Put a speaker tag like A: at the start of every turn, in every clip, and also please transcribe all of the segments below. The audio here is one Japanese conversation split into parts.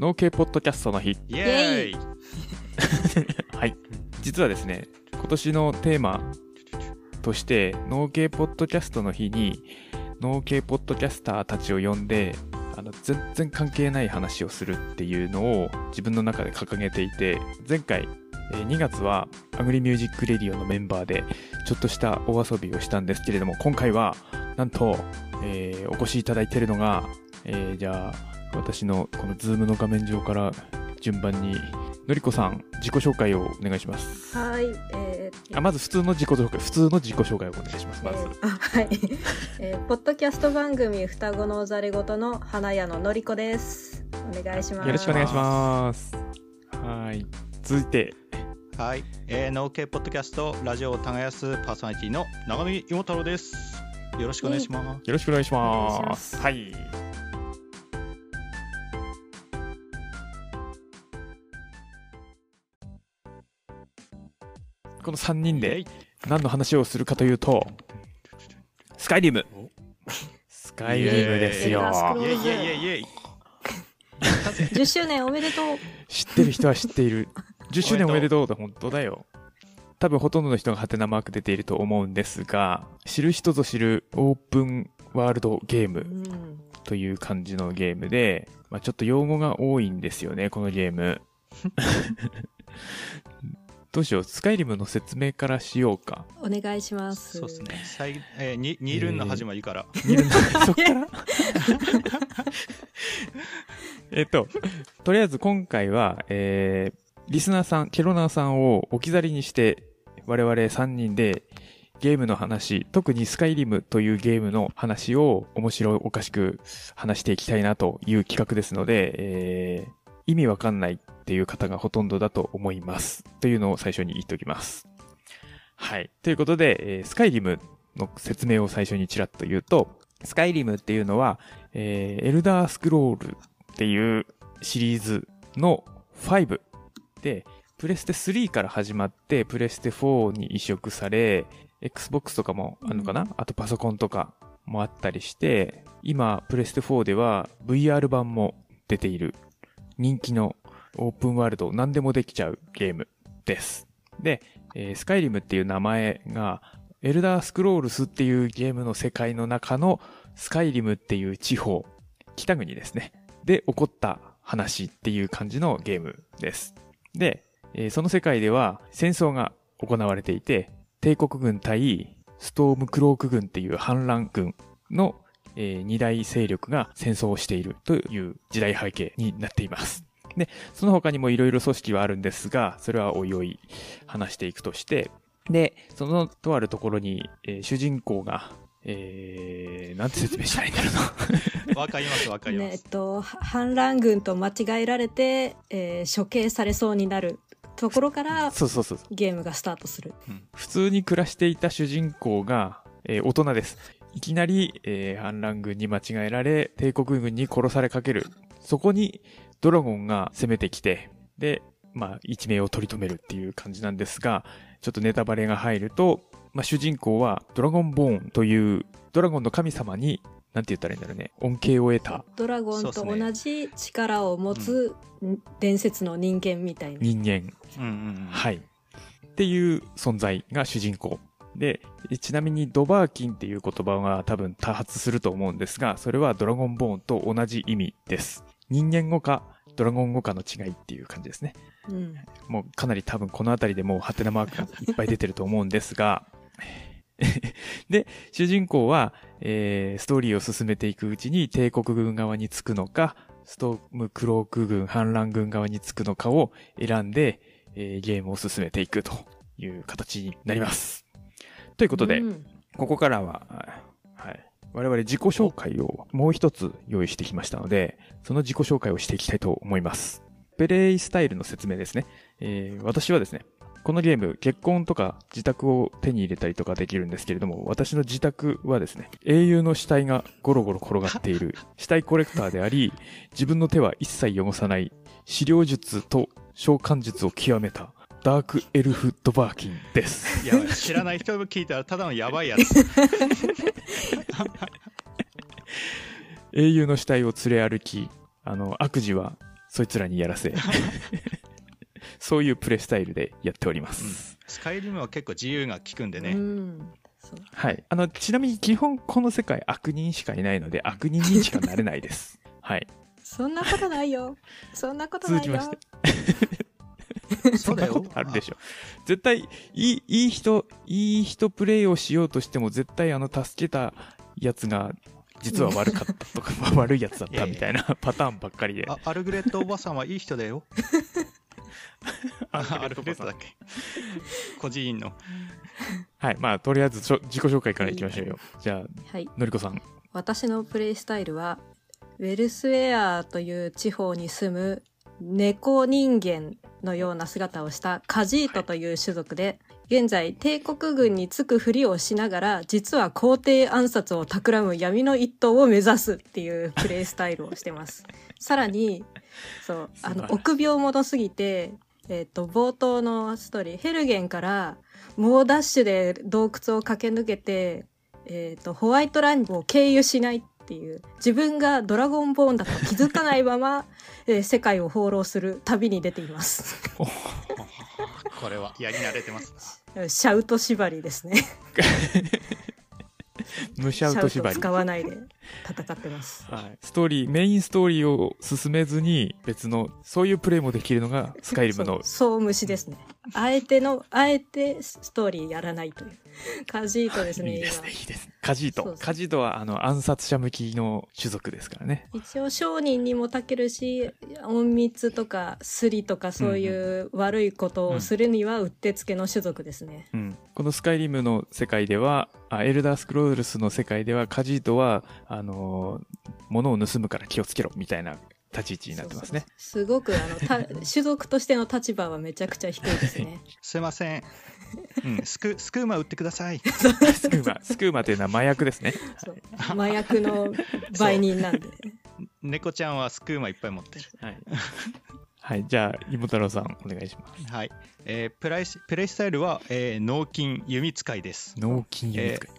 A: 農系ポッドキャストの日。
B: イエーイ
A: はい。実はですね、今年のテーマとして、農系ポッドキャストの日に、農系ポッドキャスターたちを呼んで、あの、全然関係ない話をするっていうのを自分の中で掲げていて、前回、えー2月はアグリミュージックレディオのメンバーで、ちょっとしたお遊びをしたんですけれども、今回は、なんと、えーお越しいただいているのが、えーじゃあ、私のこのズームの画面上から順番に、のりこさん、自己紹介をお願いします。
C: はい、えー
A: あまず普通の自己紹介、普通の自己紹介をお願いします。まず
C: え。ーあはい、えーポッドキャスト番組双子のざれ言の花屋ののりこです。お願いします。
A: よろしくお願いします。はい。続いて、
B: はい、えー、農系ポッドキャストラジオを耕すパーソナリティの長見芋太郎です。よろしくお願いします。
A: よろしくお願いし
C: お願いし
A: ま。
C: ますす
A: はい。この3人
B: イエ
A: で
B: イ
A: 何の話をするかというと、スカイリム
B: お。
A: スカイリムですよ
C: イエ。ーイ
B: イエイイエイイエイイエイ。
C: 10周年おめでとう。
A: 知ってる人は知っている10周年お
B: お
A: め
B: め
A: で
B: で
A: とうだ本当だよ多分ほとんどの人がハテナマーク出ていると思うんですが知る人ぞ知るオープンワールドゲームという感じのゲームで、まあ、ちょっと用語が多いんですよねこのゲームどうしようスカイリムの説明からしようか
C: お願いします。
B: そうですね。さいえー、に二ルンの始まりから。
A: 見るの そっからえっと、とりあえず今回は、えー、リスナーさん、ケロナーさんを置き去りにして、我々3人でゲームの話、特にスカイリムというゲームの話を面白おかしく話していきたいなという企画ですので、えー、意味わかんないっていう方がほとんどだと思います。というのを最初に言っておきます。はい。ということで、えースカイリムの説明を最初にちらっと言うと、スカイリムっていうのは、えーエルダースクロールっていうシリーズの5で、プレステ3から始まって、プレステ4に移植され、Xbox とかもあるのかな、あとパソコンとかもあったりして、今、プレステ4では VR 版も出ている人気のオープンワールド何でもできちゃうゲームです。で、えースカイリムっていう名前が、エルダースクロールスっていうゲームの世界の中のスカイリムっていう地方、北国ですね。で、起こった話っていう感じのゲームです。で、えーその世界では戦争が行われていて、帝国軍対ストームクローク軍っていう反乱軍の、えー二大勢力が戦争をしているという時代背景になっています。で、その他にもいろいろ組織はあるんですが、それはおいおい話していくとして、で、そのとあるところに、えー主人公が、えー、なんて説明したらいいんだろうな。
B: わかりますわかり
C: ね
B: ま
C: えっ
B: す。
C: と反乱軍と間違えられて、えー処刑されそうになるところ から
A: そうそうそう。
C: ゲームがスタートする。
A: 普通に暮らしていた主人公が、えー大人です。いきなり、えー反乱軍に間違えられ、帝国軍に殺されかける。そこにドラゴンが攻めてきて、で、まあ、一命を取り留めるっていう感じなんですが、ちょっとネタバレが入ると、まあ、主人公はドラゴンボーンという、ドラゴンの神様に、なんて言ったらいいんだろうね、恩恵を得た
C: ドラゴン
B: そ
C: と
B: うですね
C: 同じ力を持つ伝説の人間みたいな。
A: 人間
B: うんうんうん。
A: はい。っていう存在が主人公。で、ちなみにドバーキンっていう言葉が多分多発すると思うんですが、それはドラゴンボーンと同じ意味です。人間語かドラゴン語かの違いっていう感じですね。
C: うん
A: もうかなり多分この辺りでもうハテナマークがいっぱい出てると思うんですが、 で、主人公は、えーストーリーを進めていくうちに帝国軍側につくのか、ストームクローク軍、反乱軍側につくのかを選んで、えーゲームを進めていくという形になります。ということで、
C: うん
A: ここからは、はい。我々自己紹介をもう一つ用意してきましたので、その自己紹介をしていきたいと思います。ペレイスタイルの説明ですね。えー私はですね、このゲーム、結婚とか自宅を手に入れたりとかできるんですけれども、私の自宅はですね、英雄の死体がゴロゴロ転がっている、 死体コレクターであり、自分の手は一切汚さない、資料術と召喚術を極めた、ダークエルフドバーキンです。
B: やばい知らない人が聞いたらただのやばいや つ。
A: 英雄の死体を連れ歩き、あの、悪事はそいつらにやらせ。そういうプレイスタイルでやっております。
B: スカイリムは結構自由が利くんで
C: う
B: ね。
C: んそう
A: はい。あの、ちなみに基本この世界悪人しかいないので、悪人にしかなれないです。はい。
C: そんなことないよ。そんなこと
A: 続
C: ない
A: き
C: よ。
A: まして。
B: そう
A: そん
B: だよ
A: なこ。とあるでしょ。絶対、いい、いい人、いい人プレイをしようとしても、絶対あの、助けたやつが、実は悪かったとか、まあ悪いやつだったみたいなパターンばっかりで。
B: あアルグレットおばさんはいい人だよ。 あアルグレットだっけ。孤児院の。
A: はい。まあ、とりあえずしょ、自己紹介からいきましょうよ。じゃあ、
C: はい。
A: のりこさ ん。
C: 私のプレイスタイルは、ウェルスウェアという地方に住む猫人間のような姿をしたカジートという種族で、現在帝国軍につくふりをしながら、実は皇帝暗殺を企む闇の一党を目指すっていうプレイスタイルをしてます。さらに、そう、あ
A: 素晴
C: の、
A: らしい
C: 臆病者すぎて、えっ、と、冒頭のストーリー、ヘルゲンから、猛ダッシュで洞窟を駆け抜けて、えー、とホワイトランを経由しないっていう自分がドラゴンボーンだと気づかないまま、えー世界を放浪する旅に出ています
B: これはやり慣れてます。
C: シャウト縛りですね
A: むしゃうと縛
C: シャウ
A: り
C: ト。使わないで 戦ってます
A: はい、ストーリーメインストーリーを進めずに別のそういうプレイもできるの がスカイリムの
C: そう虫ですねあえてのあえてストーリーやらないというカジートですね
A: いいです
C: 今
A: ねいいですねカジー
C: そう
A: ト
C: そう
A: カジートはあの暗殺者向きの種族ですからね
C: 一応商人にもたけるし隠密とかスリとかそういう悪いことをするにはうってつけの種族ですね、
A: うん、このスカイリムの世界ではあエルダースクロールスの世界ではカジートはあのー物を盗むから気をつけろみたいな立ち位置になってますね
C: そうそうそう すごくあのた種族としての立場はめちゃくちゃ低いですね。
B: すいません。 うん、スクスクーマ売ってください。
A: スクー マスクーマというのは麻薬ですね
C: そう麻薬の売人なんで。
B: 猫ちゃんはスクーマいっぱい持ってる。
A: はい、はい、じゃあ芋太郎さんお願いします
B: はい。えープライスプレイスタイルは、えー、脳筋弓使いです。
A: 脳筋肉使い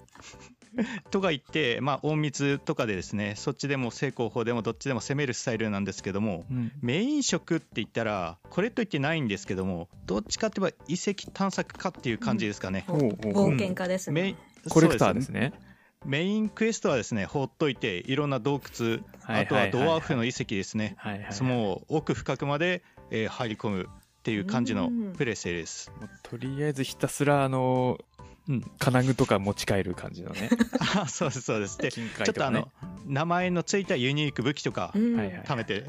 B: とか言って、まあ、隠密とかでですね、そっちでも正攻法でもどっちでも攻めるスタイルなんですけども、
A: うん
B: メイン職って言ったら、これと言ってないんですけども、どっちかって言えば遺跡探索家っていう感じですかね。
A: おうおうおう
C: 冒険家です
B: メイン
C: ね。
A: コレクターで
B: そう
A: すね
B: メインクエストはですね、放っといて、いろんな洞窟、
A: はい
B: あと
A: はいはいは
B: はいドワーフの遺跡ですね。
A: はいはいはい
B: その奥深くまで、えー入り込むっていう感じの
C: うん
B: プレイスタイルです。
A: もうとりあえずひたすらあの
B: うん、
A: 金具とか持ち帰る感じの ね
B: あそうですそうです。で、
A: 金塊
B: ちょ
A: と
B: っと
A: か
B: あ
A: ね
B: の名前のついたユニーク武器とか
C: うん
A: はいはい
B: 貯めて。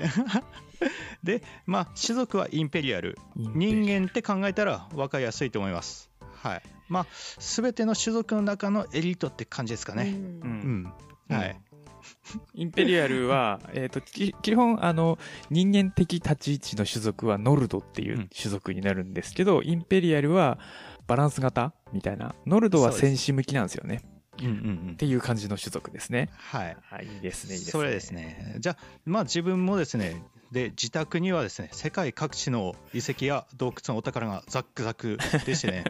B: で、まあ種族はインペリアル、人
A: 人間
B: 間って考えたら分かりやすいと思います。はい。まあ全ての種族の中のエリートって感じですか
C: う
B: ね。
C: ん
A: う
B: うんん。はい。
A: インペリアルは、 えー、とき基本あの人間的立ち位置の種族はノルドっていう種族になるんですけど、インペリアルはバランス型みたいなノルドは戦士向きなんですよね
B: うんうんうん
A: っ。ていう感じの種族ですね
B: はい。
A: はいいいですねいいですね
B: それですね。じゃあ、まあ自分もですね、で自宅にはですね世界各地の遺跡や洞窟のお宝がザックザクでし てね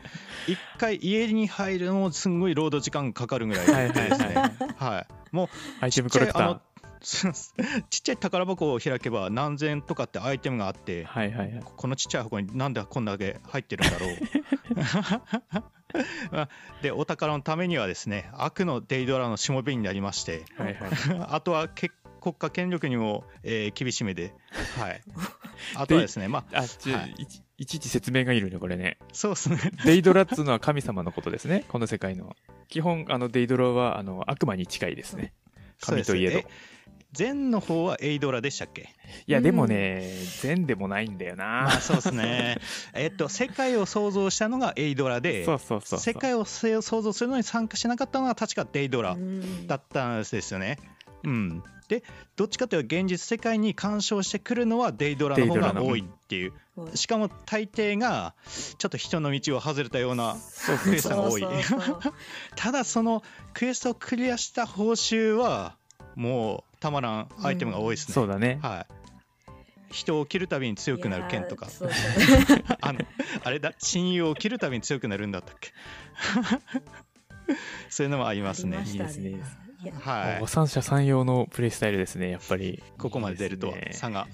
B: 一回家に入るのもすんごい労働時間かかるぐらい
A: はい
B: で
A: はい
B: で
A: は
B: すね
A: い
B: はいもう
A: アイテムコレクタ
B: ち
A: ー
B: っちゃいあそうですちっちゃい宝箱を開けば何千とかってアイテムがあって
A: はいはいはい
B: このちっちゃい箱になんでこんだけ入ってるんだろう まあでお宝のためにはですね悪のデイドラのしもべになりまして
A: はいはい
B: あとはけ国家権力にも、えー厳しめで、 はい、あとはですね、まあ、
A: あちょ
B: はい
A: いちいちいち説明がいるねこれね
B: そうですね、
A: デイドラっつうのは神様のことですね、この世界の。基本、あのデイドラはあの悪魔に近いですね。神といえど
B: そうです。禅の方はエイドラでしたっけ
A: いや、でもね、善でもないんだよ
B: あ
A: な。
B: そうですね。えっと、世界を創造したのがエイドラで、
A: そうそうそうそう。
B: 世界を創造するのに参加しなかったのは確かデイドラ
C: うん
B: だったんですよね。うん、で、どっちかというと現実世界に干渉してくるのはデイドラの方
A: デイドラ
B: が
A: の
B: 多いっていう。しかも大抵がちょっと人の道を外れたような
A: そう
B: クエストが
C: そう
B: 多い。
C: そうそう
B: ただそのクエストをクリアした報酬はもうたまらんアイテムが多いですね、
A: そうだね。
B: はい人を切るたびに強くなる剣とか
C: いやーそうそう
B: あのあれだ親友を切るたびに強くなるんだったっけ そういうのもあります
C: あ
B: ね
C: りまし
A: いい
C: た
A: ですねいいです
B: はい
A: もう三者三様のプレイスタイルですね、やっぱり。
B: ここまで出るとはい
A: いです
B: 差
A: ね
B: が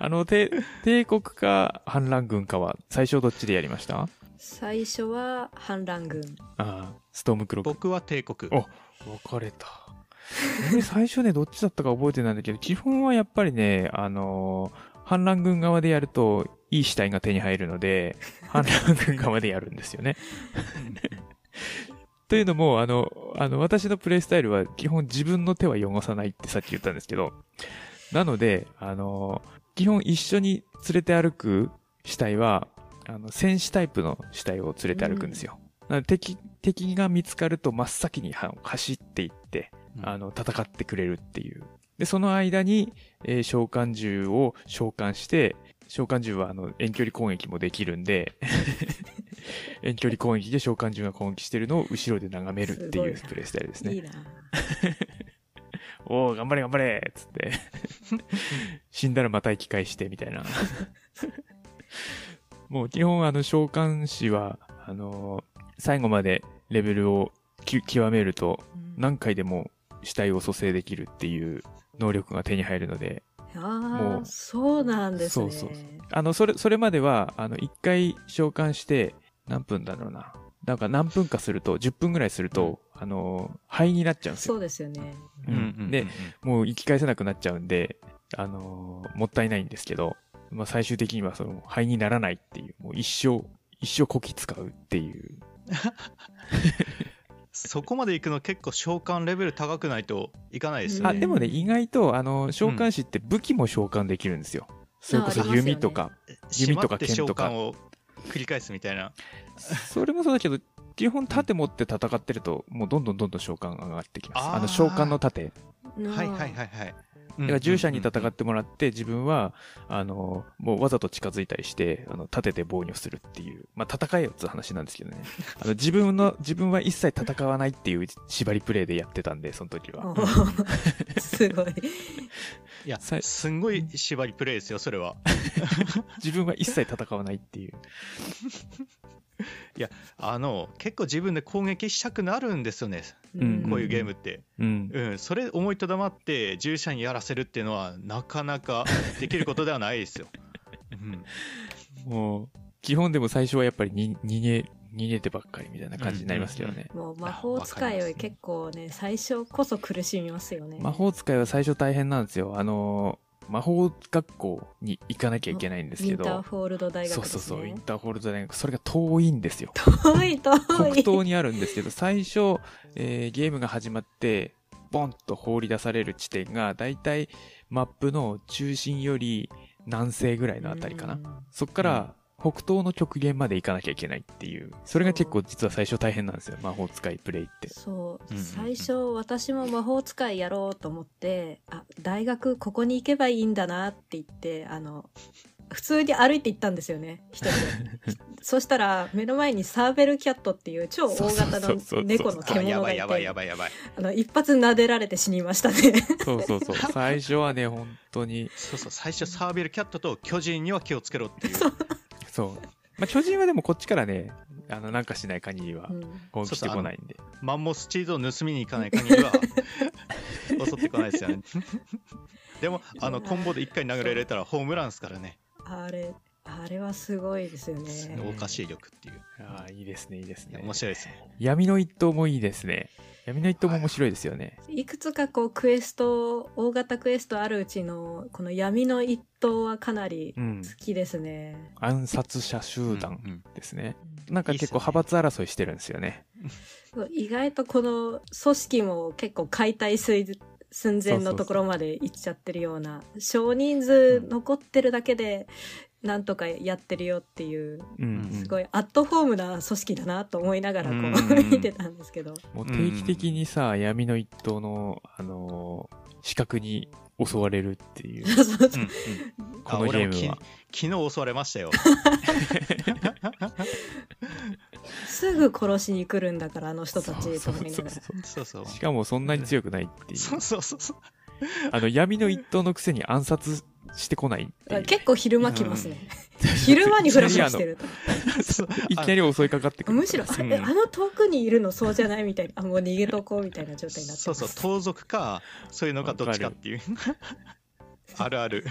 A: あの、て 帝国か反乱軍かは、最初どっちでやりましたあ
C: 最初は反乱軍
A: あ、ストームクロック。
B: 僕は帝国
A: お分かれた。俺最初ね、どっちだったか覚えてないんだけど、基本はやっぱりね、あのー反乱軍側でやると、いい死体が手に入るので、 反乱軍側でやるんですよね。というのも、あの、あの、私のプレイスタイルは基本自分の手は汚さないってさっき言ったんですけど、なので、あの、基本一緒に連れて歩く死体は、あの、戦士タイプの死体を連れて歩くんですよ。なので敵、敵が見つかると真っ先には走っていって、
B: うん
A: あの、戦ってくれるっていう。で、その間に、えー召喚銃を召喚して、召喚銃はあの遠距離攻撃もできるん で、遠距離攻撃で召喚銃が攻撃してるのを後ろで眺めるっていう
C: すごいな
A: プレイスタイルですね。
C: いいな
A: おお、頑張れ頑張れっつって。死んだらまた生き返して、みたい な。もう基本、あの、召喚士は、あのー最後までレベルをき極めると、
C: うん
A: 何回でも死体を蘇生できるっていう能力が手に入るので、
C: あ
A: も
C: あ
A: う
C: そうなんですね
A: そうそうあの、それ、それまでは、あの、一回召喚して、何分だろうな。なんか何分かすると、10分ぐらいすると、あのー灰になっちゃうんですよ。
C: そうですよね
B: うんうんうんうん
A: で、もう生き返せなくなっちゃうんで、あのーもったいないんですけど、まあ、最終的にはその灰にならないっていう、もう一生、一生こき使うっていう。
B: そこまで行くの結構召喚レベル高くないといかないですよね
A: あ、でもね、意外と、あの、召喚師って武器も召喚できるんですよ。それこそ
C: あありますよね
A: 弓とか、
B: 閉ま
A: 弓と
B: っ
A: か
B: て
A: 剣
B: 召
A: とか
B: 喚を繰り返すみたいな
A: それもそうだけど、基本盾持って戦ってると、もうどんどんどんどん召喚が上がってきます。
B: あ
A: あ
B: ー
A: の、召喚の盾。
C: なあ
B: はいはいはいはいだ
A: だから従者に戦ってもらって、自分は、あの、もうわざと近づいたりして、あの、立てて防御するっていう、まあ、戦えよって話なんですけど ね。あの、自分の、自分は一切戦わないっていう縛りプレイでやってたんで、その時
C: お
A: は。
C: ー すごい
B: いや
A: さい
B: すんごい縛りプレイですよそれは
A: 自分は一切戦わないっていう。
B: あの結構自分で攻撃したくなるんですよね
A: うん
B: こういうゲームって、
A: うん。
B: うん、それ思いとどまって従者にやらせるっていうのはなかなかできることではないですよ。うん、
A: もう、基本でも最初はやっぱりに逃げ、逃げてばっかりみたいな感じになりますけどね。
C: もう魔法使いは結構ね最初こそ苦しみますよね
A: 魔法使いは最初大変なんですよ。あの、魔法学校に行かなきゃいけないんです
C: ウィ
A: け
C: ン
A: ど。
C: ターフォールド大学
A: そう
C: です
A: そう
C: ね
A: そう、ウィンターホールド大学。それが遠いんですよ。
C: 遠い遠
A: 北
C: い
A: 東にあるんですけど、最初、えーゲームが始まって、ボンと放り出される地点が、だいたいマップの中心より南西ぐらいのあたりかな。
C: うん
A: そっから、北東の極限まで行かなきゃいけないっていう。それが結構実は最初大変なんですよ。魔法使いプレイ って。
C: そう、
B: うんうんうん
C: 最初私も魔法使いやろうと思ってあ大学ここに行けばいいんだなって言ってあの普通に歩いて行ったんですよね一人でそしたら目の前にサーベルキャットっていう超大
A: そ
C: 型
A: うそうそうそ
C: の
A: う
C: 猫の
B: あや
C: 獣
B: ば
C: が
B: い
C: い
B: やばいや
C: て
B: ばいやばい。
C: あの一発撫でられて死にましたね
A: そうそうそう。最初はね、本当に。
B: そうそう最初サーベルキャットと巨人には気をつけろっていう。
C: そう
A: そう。まあ、巨人はでもこっちからね、あの、なんかしない限りは
C: う、ん
A: 攻撃してこないんで。
B: マンモスチーズを盗みに行かない限りは襲ってこないですよね。 でもあのコンボで一回殴られたらホームランですからね。
C: あれあれはすごいですよね
B: おかしい力っていう。
A: ああ、いいですね、いいです
B: いや
A: ね。
B: 面白いですね。
A: 闇の一刀もいいですね。闇の一刀も面白いですよね。
C: いくつかこうクエスト大型クエストあるうちのこの闇の一頭はかなり
A: うん。
C: 好きですね、
A: 暗殺者集
B: うんう
A: 団
B: ん
A: ですね。
C: うん
A: なんか結構派閥争いしてるんですよね。
C: 意外とこの組織も結構解体寸前のところまで行っちゃってるような少人数残ってるだけでなんとかやってるよっていう
A: うん
B: うん
A: うん
C: すごいアットホームな組織だなと思いながらこう、
A: うんうんうん
C: 見てたんですけど。
A: もう定期的にさ、闇の一刀の、あのー、視覚に襲われるっていう
C: そうそう
B: うんうん
A: この
B: あ俺も
A: ゲームは
B: き昨日襲われまし たよ。
C: すぐ殺しに来るんだからあの人た
A: そう
C: ち
A: そ
C: と
A: う
C: 思いな
A: そ
C: が
A: う
C: ら
A: そう
B: そうそう。
A: しかもそんなに強くないっていう。
B: そうそ うそうそう。
A: あの、闇の一刀のくせに暗殺してこないっていう。
C: 結構昼間来ますね、昼間にフラフラしてると。
B: そう
A: いきなり襲いかかってくる。
C: むしろ、あ
A: うん
C: えあの遠くにいるのそうじゃないみたいな、あもう逃げとこうみたいな状態になって
B: そ
C: ま
B: う
C: す。
B: そう盗賊かそういうのかどっちかっていう あるあ る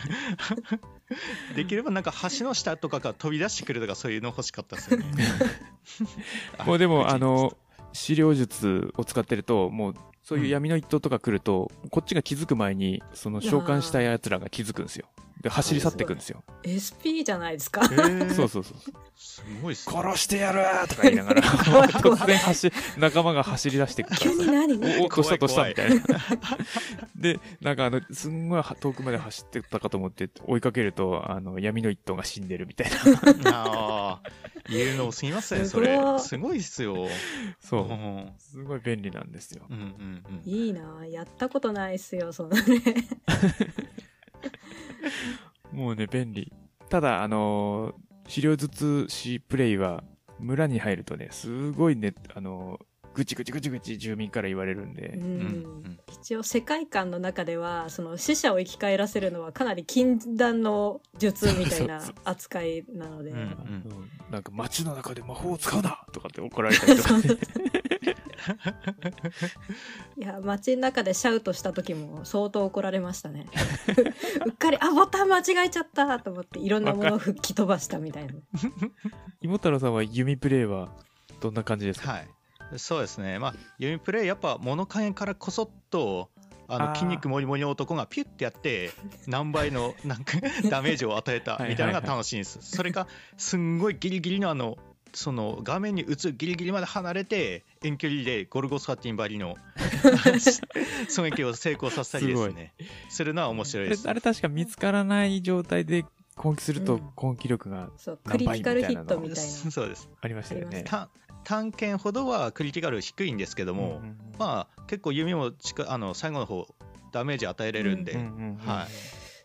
B: できればなんか橋の下とかから飛び出してくるとかそういうの欲しかったですよね
A: もうでも、
B: 口
A: あの、資料術を使ってると、もう、そういう闇の一党とか来ると、こっちが気づく前に、その召喚した奴らが気づくんですよ。で、走り去ってくんですよ。
C: SP じゃないですか。
B: へー
A: そうそうそう。
B: すごいっすね
A: 殺してやるーとか言いながら、
C: 怖い怖い
A: 突然走、仲間が走り出してくるか
C: 急
A: らさ
C: に何
A: おお、どうしたどうした
B: 怖
A: み
B: い
A: たいな。で、なんかあの、すんごい遠くまで走ってったかと思って追いかけると、あの、闇の一頭が死んでるみたいな。
B: ああ言うの多すぎますねそれ
C: すごい
B: すごいっすよ
A: そうう。
B: ん
A: すごい便利なんですよ。
B: うんうんうん
C: いいなぁやったことないっすよ、そのね。
A: もうね、便利。ただ、あのー、資料ずつしプレイは、村に入るとね、すごいね、あのー、ぐちぐちぐちぐち住民から言われるん
C: う。
A: で、
B: うんん
C: 一応世界観の中では、その死者を生き返らせるのはかなり禁断の術みたいな
A: そうそう
C: 扱いなので。
B: うん
A: あのなんか街の中で魔法を使うなとかって怒られたりとか、ね、
C: いや街の中でシャウトした時も相当怒られましたねうっかりあボタン間違えちゃったと思っていろんなものを吹き飛ばしたみたいな
A: 芋太郎さんは弓プレイはどんな感じですか
B: はいそうですねまあ弓プレイやっぱ物陰からこそっとあ
A: あ
B: の
A: ー
B: 筋肉もりもりの男がピュッてやって何倍のなんかダメージを与えたみたいなのが楽しいんですそれがすんごいギリギリのあのその画面に映るギリギリまで離れて遠距離でゴルゴ13ばりの 狙撃を成功させたりですねするのは面白い
A: あれ
B: です
A: あれ確か見つからない状態で攻撃する
C: う
A: と
C: ん
A: 攻撃力が
C: そうク
A: 何
C: リ
A: 倍
C: ティカルヒットみたいな
B: そうです
A: ありましたよね。
B: た探検ほどはクリティカル低いんですけど
A: う
B: も、
A: んうんうん
B: まあ結構弓も近いあの最後の方ダメージ与えれるんで、
A: うんうんうん
B: はい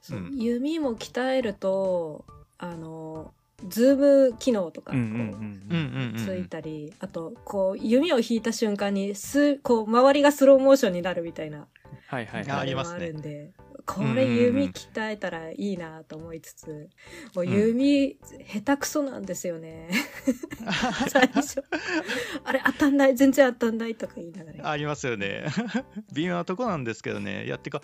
C: そう
B: うん
C: 弓も鍛えるとあのズーム機能とか
A: う
C: こ
A: ん
C: う
A: うん
B: うん
A: う
B: うん
A: ん
B: うんうん
C: ついたり、あとこう弓を引いた瞬間にすこう周りがスローモーションになるみたいな
A: はいはい
B: あ
A: は
C: あ
A: い。
B: り
C: れ
B: ま
C: も
B: す
C: あ
B: ね
C: るんで、こ
B: うんうん
C: れ弓鍛えたらいいなと思いつつ、もううん弓、下手くそなんですよ ね。最初。あれ当たんない、全然当たんないとか言いながら。
B: ありますよね 微妙なとこなんですけどねいやってか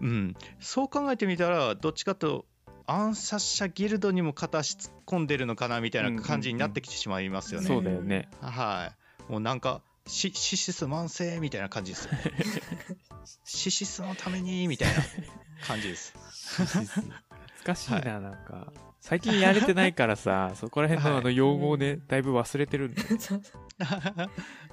B: うんそう考えてみたらどっちかと暗殺者ギルドにも片足突っ込んでるのかなみたいな感じになってきてしまいますよね、
A: そうだよね。
B: はいもうなんかシシシス慢性みたいな感じです よねシシスのためにみたいな感じです
A: 難しいな、なんか。最近やれてないから さ、そこら辺のあの用語をね、だいぶ忘れてるんで。
C: そうそう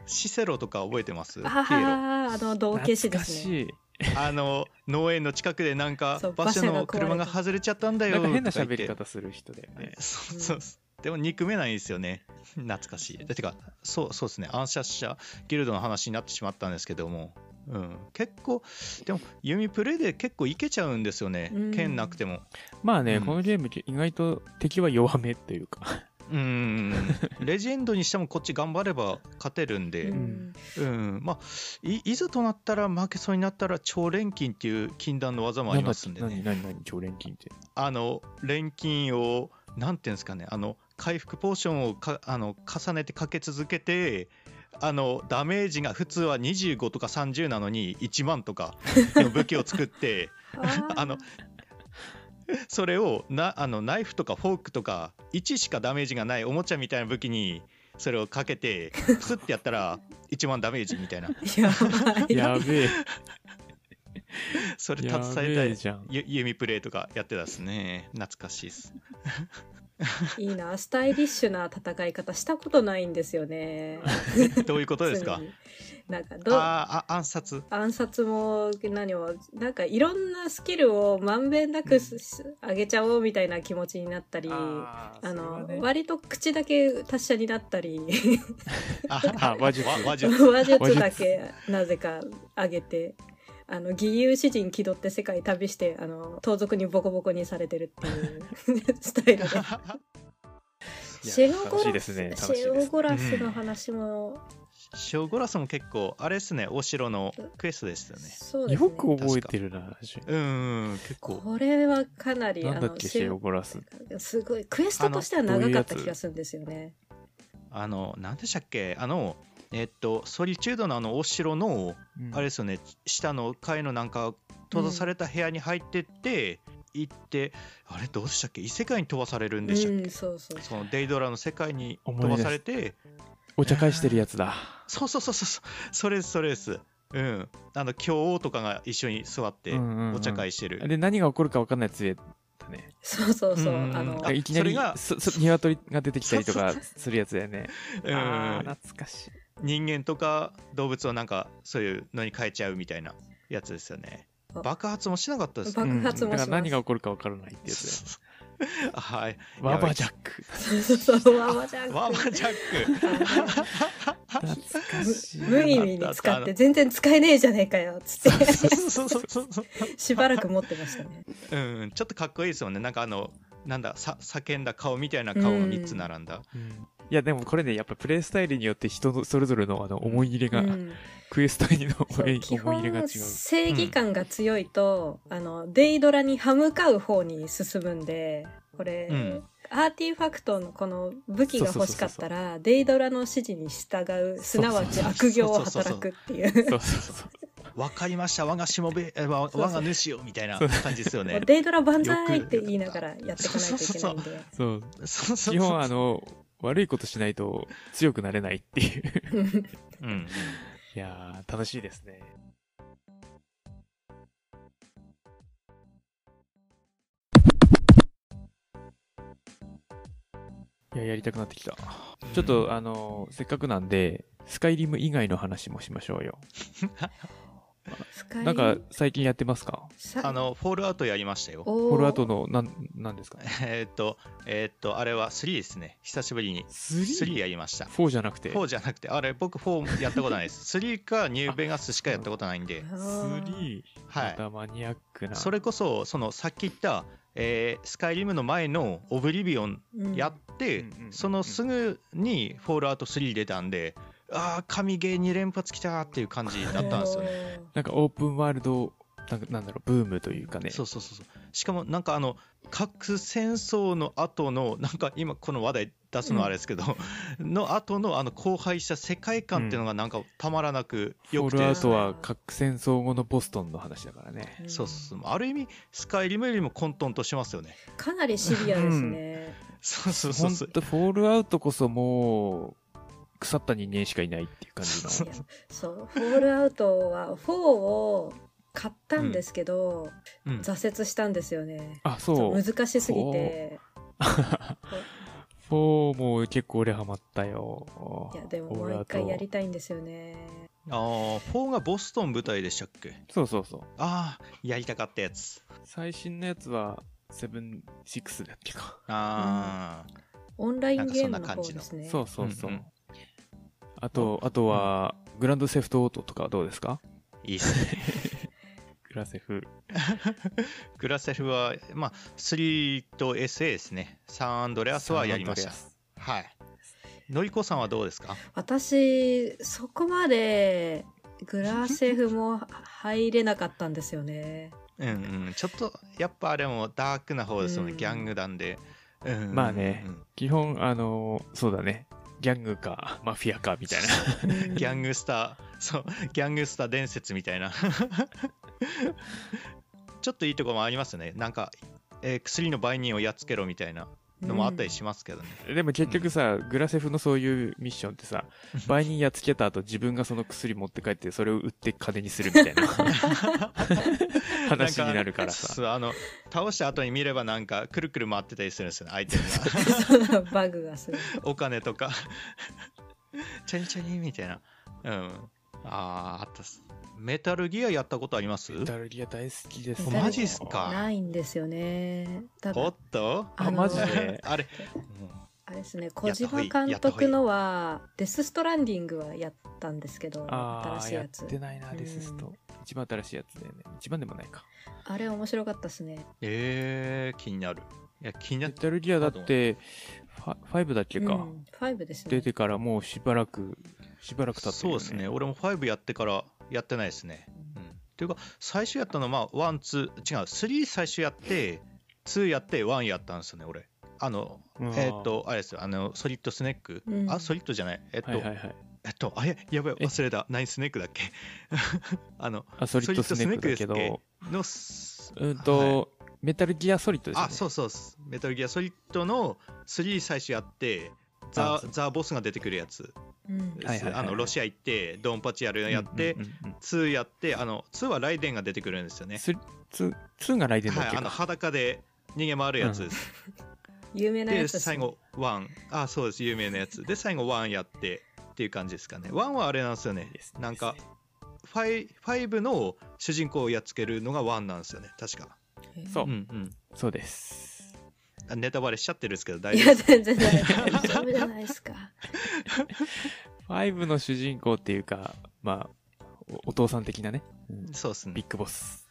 B: シセロとか覚えてますピエロ
C: ああ、あの、道化師で
A: 懐か
C: すね。
A: しい。
B: あの農園の近くでなんか
C: そう
B: 馬車
C: 馬車
B: の
C: が壊れて
B: 車が外れちゃったんだよ
A: なんか変な
B: と言っ
A: 喋
B: て
A: り方する人だよね。
B: そうそうそうでも憎めないんですよね懐かしいだってかそうそうですね暗殺者ギルドの話になってしまったんですけども、うん、結構でも弓プレイで結構いけちゃうんですよね
C: うん
B: 剣なくても
A: まあね、
B: うん
A: このゲーム意外と敵は弱めっていう か。
B: うんレジェンドにしてもこっち頑張れば勝てるんで、
C: うん
B: うん、まあいいざとなったら負けそうになったら超錬金っていう禁断の技もありますんでね
A: 何何何超錬金って。
B: あの錬金をなんていうんですかねあの回復ポーションをかあの重ねてかけ続けてあのダメージが普通は25とか30なのに1万とかの武器を作って
C: あー
B: あのそれをなあのナイフとかフォークとか1しかダメージがないおもちゃみたいな武器にそれをかけてプスってやったら1万ダメージみたいな
C: やばい。
A: やべえ。
B: そ れ
A: や
B: 携えた
A: べえ
B: り
A: じゃん。
B: ゆ弓プレイとかやってたですね懐かしいです
C: いいな、スタイリッシュな戦い方したことないんですよね。
B: どういうことですか
C: 常になんか、ど、
B: あーあ暗殺
C: 暗殺も何もなんかいろんなスキルをまんべんなくす上げちゃおうみたいな気持ちになったりあ
A: あ
C: の、
A: ー
C: 割と口だけ達者になったり
B: あ
A: あ話術
B: わ話術
C: 話術だけなぜか上げて。あの義勇詩人気取って世界旅してあの盗賊にボコボコにされてるっていうスタ イルで
A: いや
C: シェオゴ
A: 楽しい
C: ラ
A: で
C: ス
A: すね楽しいです
C: シェオゴラスの話も
B: ショゴラスも結構、あれですね、お城のクエストでしたよね。
C: そうで
A: よ
C: すね。
A: く覚えてるな、私
B: うんうんうん、結構。
C: これはかなり、
A: なん
C: あ
A: だっ
C: の、
A: け、
C: し
A: シェオゴラス。
C: すごい、クエストとしては長かった気がするんですよね。
B: あの、なんでしたっけ、あの、えっと、ソリチュードのあのお城の、あれですよね、下の階のなんか、閉ざされた部屋に入ってって、行って、あれ、どうでしたっけ、異世界に飛ばされるんでしたっけ、
C: うん、そうそう。
B: そのデイドラの世界に
A: 思い
B: 飛
A: 出
B: ば
A: す
B: されて、
A: お茶会してるやつだ。
B: そうそうそうそうそう、それです、それです。うん。あの、京王とかが一緒に座って、
A: うんうんうん
B: お茶会してる。
A: で、何が起こるか分かんないやつだね。
C: そうそうそう。
B: うん
C: あ
B: あ
C: の、
A: なんかいきな
B: それ
A: り
B: が
A: そそ鶏が出てきたりとか
B: そう
A: するやつだよね。
B: うん
A: ああ、懐かしい。
B: 人間とか動物をなんかそういうのに変えちゃうみたいなやつですよね
C: あ
B: 爆発もしなかったですね
C: 爆発
A: うん
C: も
A: だ
C: し
A: か
C: ま
A: ら
C: す。
A: 何が起こるか分からないってやつ
B: はい
A: だよ。ワバジャック。
C: そうそうそう、ワマジャンク。
B: ワーマージャッ
A: 懐かしい。
C: 無意味に使って、全然使えねえじゃねえかよ、つって、
B: クそうそう そうそう
C: しばらく持ってましたね。
B: うんちょっとかっこいいですもんねなんかあのなんださ叫んだ顔みたいな顔が3つ並んだ
A: うんいやでもこれねやっぱプレイスタイルによって人のそれぞれのあの思い入れが、
C: うん
A: クエストにの
C: そ
A: 思
C: う
A: い
C: 基
A: 思い入れが違う
C: 本、正義感が強いと、あのデイドラに歯向かう方に進むんでこれ、
B: うん
C: アーティファクトのこの武器が欲しかったらデイドラの指示に従うすなわち悪行を働くってい う
A: そうそうそう
B: わかりました我がしもべえわ
C: そうそう
B: 我が主よみたいな感じですよ
C: もう
B: ね
C: デイドラ万歳って言いながらやっていかないといけないんで
A: そう
B: そうそう
A: 基本あ
B: そう
A: の悪いことしないと強くなれないっていう
B: うんうん
A: いやー楽しいですねいややりたくなってきたちょっとあのせっかくなんでスカイリム以外の話もしましょうよ
C: 深い
A: なんか最近やってますか
C: さ
B: あのフォールアウトやりましたよ
A: フォ
C: お
A: ルアウトのなんなんですか
B: えーっとえーっとあれは3ですね久しぶりに3
A: 3?4
B: やりました
A: じゃなくて
B: 4じゃなくてあれ僕4やったことないです3か ニューベガスしかやったことないんで、
C: あー
A: 3
B: は
A: ま
B: い、
A: たマニアックな
B: それこそそのさっき言った、えースカイリムの前のオブリビオン
C: うん
B: やって、
A: うんうんうん
B: そのすぐにフォールアウト3出たんでああ神ゲー2連発きたーっていう感じだったんですよね。
A: なんかオープンワールドなんかなんだろうブームというかね
B: そうそうそうそうしかもなんかあの核戦争の後のなんか今この話題出すのはあれですけど、の後のあの荒廃した世界観っていうのがなんかたまらなく
A: フ
B: よ
A: ォー
B: くて、
A: ルアウトは核戦争後のボストンの話だからね
C: うん
B: そうそうそうある意味スカイリムよりも混沌としますよね
C: かなりシビアですね、
B: そうそうそ
A: ほ
B: うんそう
A: とフォールアウトこそもう腐った人間しかいないっていう感じの
B: そ
C: いやそう、フォールアウトは4を買ったんですけど、
B: うん
C: 挫折したんですよね。
A: あ
C: そ
A: そうう
C: 難しすぎて。
A: 4も結構俺ハマったよ
C: いや、でも
A: フォ
C: も
A: ールア
C: う
A: ウ
C: 一
A: ト
C: 回やりたいんですよね。
B: あー4がボストン舞台でしたっけ
A: そうそうそう
B: ああやりたかったやつ
A: 最新のやつは76だっけか
B: あ
C: オンライ
B: な
C: ン
B: んか
C: ゲ
B: そ
C: ー
B: んな
C: ムの方
B: 感じの
C: ですね。
A: そうそうそう、
B: うんうん
A: あとあとは、グランドセフトオートとかはどうですか
B: あいいっすね
A: グラセフ
B: グラセフはまあ3と SA ですねサンアンドレアスはやりましたはいのりこさんはどうですか
C: 私、そこまでグラセフも入れなかったんです よね。
B: うんうんちょっとやっぱあれもダークな方ですよね、
C: うん
B: ギャングなんで、うんうんうん
A: まあね基本あのそうだねギャングかマフィアかみたいな
C: うん
B: ギャングスター、そう、ギャングスター伝説みたいな。 ちょっといいとこもありますね。なんか、えー薬の売人をやっつけろみたいなのもあったりしますけどね。
A: でも結局さ、グラセフのそういうミッションってさ売人やっつけた後自分がその薬持って帰ってそれを売って金にするみたい な話になるからさ
B: そうあの倒した後に見ればなんかくるくる回ってたりするんですよね相手が
C: そう バグがすごい。
B: お金とかチャリチャリみたいなうんあーあったっすメタルギアやったことあります
A: メタルギア大好きです
C: マジっ
B: すかあ
C: ないんですよね。ただ
B: おっと
A: あマジ で
B: あれ、
C: あれですね、
B: や
C: 小
B: った方
C: 島
B: がいい
C: 監督のは、デス・ストランディングはやったんですけど、
A: あ
C: 新
A: あ
C: しい
A: や
C: や
A: っ
C: つ。
A: てないな
C: うん
A: デススト一番新しいやつだよね一番でもないか
C: あれ面白かったですね。
B: えー、気になるいや気にな
A: メ
B: っ
A: タルギアだってファ5だっけか、
C: うん、5ですね。
A: 出てからもうしばらくしばらく経って
B: そ
A: る
B: う
A: よね。
B: ですね。俺も5やってからやってないですね。うん。というか、最初やったのは、まあ、1、2、違う、3最初やって、2やって、1やったんですよね、俺。あの、
A: うん。
B: えーっと、あれですよ、あの、ソリッドスネック。
C: うん
B: あ、ソリッドじゃない。えっと、
A: はいはいはい。
B: えっと、あれ、やばい、忘れた。何スネックだっけ あの、
A: あ、ソリッドスネックだけど
B: ソリッ、ドスネックですっけのす、
A: うん
B: はい
A: と、メタルギアソリッドですよ
B: あ、
A: ね。
B: そうそうっす。メタルギアソリッドの3最初やって、
A: あ
B: ザ
A: そ・う
B: ザボスが出てくるやつ。
C: うん
A: はいはいはい
B: あの、ロシア行って、ドンパチやるやって、
A: うんうんうんうん
B: 2やって、あの、2はライデンが出てくるんですよね。
A: スリツーツーがライデンだっ
B: はい、
A: け
B: あの、
A: か。
B: 裸で逃げ回るやつです。
C: 有名なや
B: で、
C: つです
B: 最後、ワン。あ、そうです、有名なやつ。で、最後、ワンやってっていう感じですかね。ワンはあれなんですよね
A: いいです。ね
B: なんか、ファイファイブの主人公をやっつけるのがワンなんですよね、確か。
A: そう
B: うんうん
A: そうです。
B: あ。ネタバレしちゃってるんですけど、大
C: い
B: 丈
C: や
B: 夫
C: 全然大丈夫じ ゃないですか
A: ファイブの主人公っていうか、まあ、おお父さん的なね、
B: そうです
A: ビ
B: ね
A: ッ。グボス。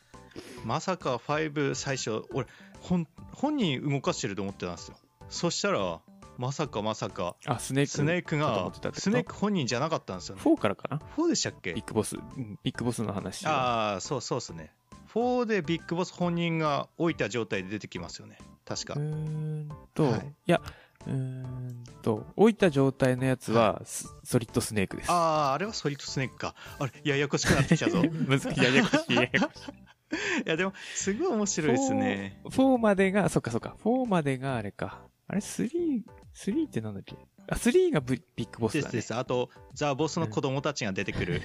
B: まさかファイブ最初、俺、本本人動かしてると思ってたんですよ。そしたら、まさかまさか、
A: あ、スネーク。
B: スネーク
A: だと思
B: が
A: ってたってこと
B: スネーク本人じゃなかったんですよね。
A: 4からかな
B: 4でしたっけ
A: ビッグボス、うんビッグボスの話。
B: ああそうそうですね4でビッグボス本人が置いた状態で出てきますよね確か
A: うーんと、
B: はい
A: い、や、うーんと、置いた状態のやつは、スソリッドスネークです。
B: あああれはソリッドスネークかあれややこしくなって きたぞい
A: 難しい、ややこしい、ややこしい。
B: やでもすごい面白いですね
A: 4までが、そっかそっか、4までがあれか。あれ、3、3ってなんだっけあ、3がブビッグボス
B: で
A: だ
B: す
A: ね。
B: で
A: ちょ
B: すあとザ・ボスの子供たちが出てくる
A: っ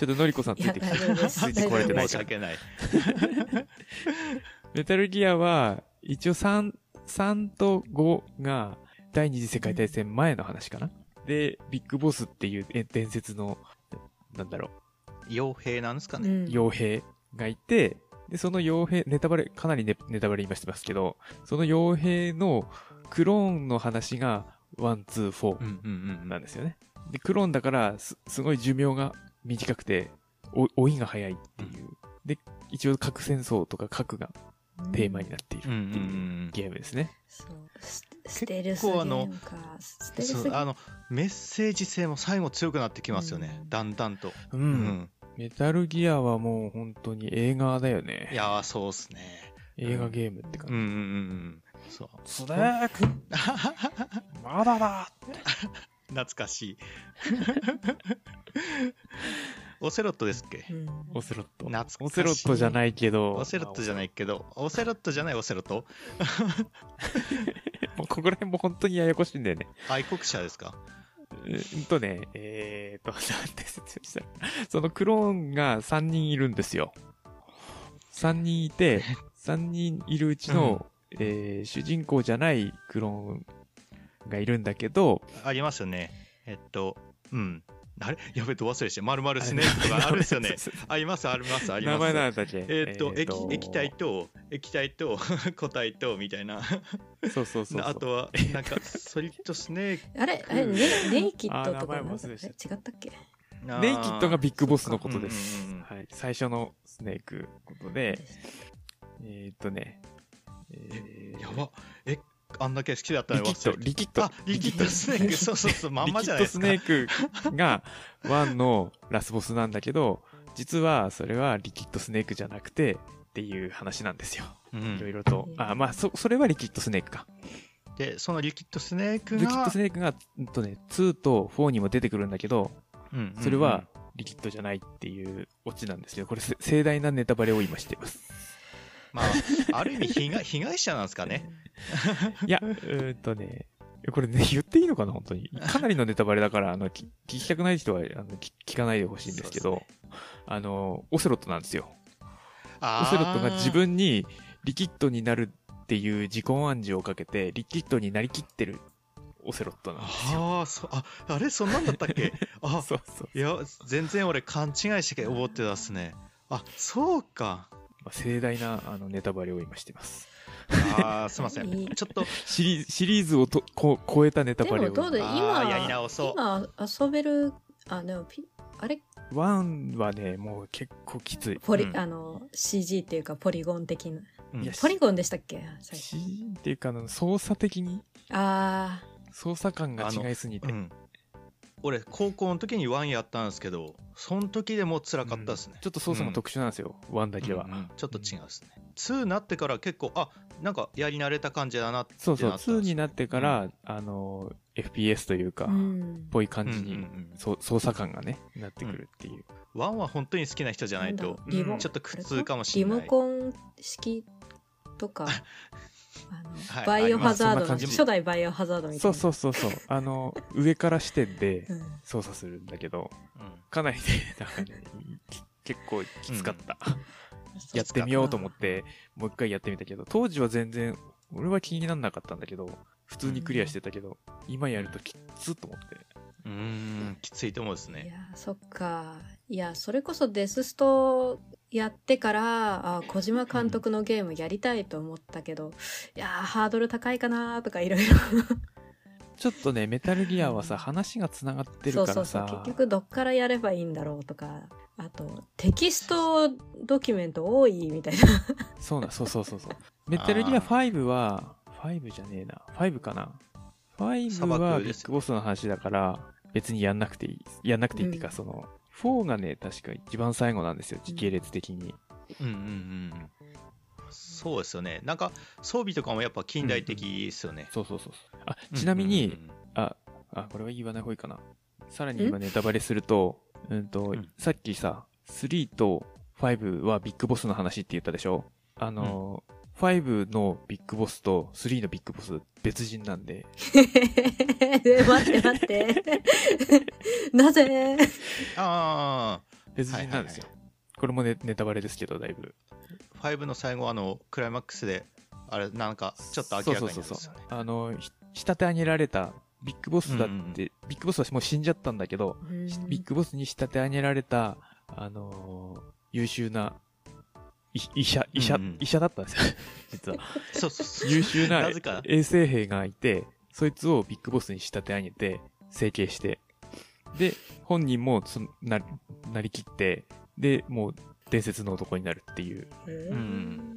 A: とのりこさんつ
C: い
A: い
C: や
A: てきて
C: 大。丈夫です
A: ついてこれてない
B: 申
A: か
B: し
A: ら。
B: 訳ない
A: メタルギアは、一応3、三と5が第二次世界大戦前の話かな。で、ビッグボスっていうえ伝説の、なんだろ
B: 傭兵なんですか
C: う
B: ね、
A: う、
C: ん
A: 傭兵がいて、で、その傭兵、ネタバレ、かなりネネタバレ今してますけど、その傭兵のクローンの話が、ワン、ツー、フォ
B: う
A: ー
B: ん、うんうん
A: なんですよね。で、クローンだからす、すごい寿命が短くて、お老いが早いっていう。で、一応核戦争とか核がテーマになっているって
B: うん
A: いうう。
B: んうん
A: ゲームですね。
C: そうスステルス
B: 結
C: ゲ
B: 構あの
C: ームかステルス
B: そう
C: ゲーム
B: あのメッセージ性も最後強くなってきますよね、
C: うん
B: だんだんと、
A: う
B: うん
A: ん。メタルギアはもう本当に映画だよ
B: い
A: ね。
B: やーそうっすね
A: 映画ゲームって
B: うん
A: 感
B: うんうんうんそう
A: じ。スネーク まだだ
B: 懐かしい オセロットですっけ
C: うん
A: オセロット。
B: 懐かしい
A: オセロットじゃないけど。。
B: オセロットじゃないいけどオセロットじゃないオセロット
A: もうここら辺も本当にややこしいんだよね。
B: 愛国者ですか
A: うーんとね、えーと、 なんて説明したら。そのクローンが3人いるんですよ。3人い て、3人いるうちの、えー主人公じゃないクローンがいるんだけど、
B: ありますよねえっとうんあれやべえと忘れしてまるまるスネークがあるんですよね
A: そうそう
B: ありますありますあります
A: 名前なんだっけ
B: えっと
A: ー
B: 液液体と液体と 固体とみたいな
A: そうそうそうそう。
B: あとはなんかソリッドスネーク
C: あれあれネネイキッドとか
A: あー名前
C: なん
A: 忘
C: だ
A: れ
C: っ
A: した
C: け違ったっけ
B: あー
A: ネイキッドがビッグボスのことです
B: そっかうんうん。
A: はい、最初のスネークことで、えーっとね、えー
B: やばえあんだけ好きだった
A: リ
B: のに
A: キ
B: 忘れ
A: ッ
B: て
A: ド、リキッド、
B: あリキッドスネークそうそうそうまんまじゃないですか
A: リキッドスネークがワンのラスボスなんだけど、実はそれはリキッドスネークじゃなくてっていう話なんですよ。
B: うん
A: いろいろと。あ、まあ、そ、それはリキッドスネークか。
B: でそのリキッドスネーク
A: リ
B: が
A: キッドスネークが、うんとね、2と4にも出てくるんだけど、
B: うん
A: それはリキッドじゃないっていうオチなんですけど、これせ盛大なネタバレを今しています。
B: まあある意味被害被害者なんですかね
A: いや、うーんとね、これね、言っていいのかな、本当に。かなりのネタバレだから、あの、き聞きたくない人は、あの、聞聞かないでほしいんですけど、
B: そうで
A: あの、オセロットなんですよ。
B: あ
A: オ
B: ー
A: セロットが自分にリキッドになるっていう自己暗示をかけて、リキッドになりきってるオセロットなんですよ。
B: あーそああれそんなんだったっ けあ
A: そうそう。
B: いや全然俺勘違いして思ってたっすねあそうか
A: まあ、盛大なあのネタバレを今してます。
B: あーすいませ
C: い
B: ん
C: い
B: ちょっと
A: シリシリーズをとこ超えたネタ
C: で
A: バレ
C: も
A: を。
C: どうで
B: あ
C: 今
B: ーやり直そう
C: 今遊べるあでもピあれ
A: ワンはね、もう結構きつい。
C: ポリ、
B: うん
C: あの CG っていうかポリゴン的な
B: うん
A: いや
C: ポリゴンでしたっけ最初
A: シーンっていうか、あの操作的に
C: あ
A: 操作感が違いすぎて
B: う。ん俺高校の時にワンやったんですけどその時でも辛かったですね、
A: ちょっと操作も特殊なんですよ、ワンだけは。
B: うんちょっと違うですね、2になってから結構あなんかやり慣れた感じだなって
A: そうそう、
B: なったん
A: 2
B: です
A: になってから、あの、FPS というか、
C: う
A: っ
C: ん
A: ぽい感じ
B: うんうん
A: に、
B: うん
A: そう操作感がね、なってくるっていう。
B: ワンは本当に好きな人じゃない
C: なん
B: と
C: だろ
A: う
C: リモ
A: うん
B: ちょっと苦痛かもしれ
C: リ
B: な
C: モ
B: い
C: コン式 とかあの、
B: はい
C: バイオハザード
A: ありますそんな感
C: の
A: じ
C: 初代バイオハザードみた
A: そ
C: いうな
A: そうそうそう、あの、上から視点で
C: うん
A: 操作するんだけど、
B: うん
A: かなりね、 なんかね、き結構きつかった。
C: そう
A: やってみようと思って、もう一回やってみたけど、当時は全然、俺は気にならなかったんだけど、普通にクリアしてたけど、今やるときっつと思って。
B: うーんきついと思うです
C: い
B: ね
C: やーそっかいやそれこそデスストやってからあー小島監督のゲームやりたいと思ったけど、いやーハードル高いかなーとかいろいろ
A: ちょっとね、メタルギアはさ、話がつながって
C: そ
A: る
C: う
A: か
C: そう
A: ら
C: そう
A: さ、
C: 結局どっからやればいいんだろうとかあとテキストドキュメント多いみたいな
A: そうな、そうそうそうそう。メタルギア5は、5じゃねえな、5かな。5
B: 砂
A: は
B: 漠
A: ビ
B: です
A: ッグボスの話だから、別にやんなくていい。やんなくていいっていうか、
C: うん
A: その、4がね、確か一番最後なんですよ、時系列的に。
B: うんうんうんそうですよねなんか装備とかもやっぱ近代的ですよね、
A: そうそうそうそう。あ、ちなみに、
B: うんうんうん
A: あ、あ、これは言わない方がいいかな。さらに今ネタバレすると、うんと、
B: ん
A: さっきさ、3と5はビッグボスの話って言ったでしょあの、5のビッグボスと3のビッグボス別人なんで、
C: え待って待って なぜ
B: あ
A: 別人なんですよ。
B: は
A: これもねネタバレですけど、だいぶ。
B: あ5の最後あのクライマックスであれなんかちょっと明らかになるん
A: そう
B: で
A: そう
B: す
A: そう
B: よ
A: そう
B: ね。
A: あの、ひ仕立て上げられた、ビッグボスだって、
B: うんうんうん
A: ビッグボスはもう死んじゃったんだけど、ビッグボスに仕立て上げられた、あのー優秀な医医者、医者、
B: うんうん
A: 医者だったんですよ、 実は。
B: そうそうそう
A: 優秀な
B: なぜか
A: 衛生兵がいて、そいつをビッグボスに仕立て上げて、整形して、で、本人もそななりきって、で、もう伝説の男になるっていう。
C: えー
B: うん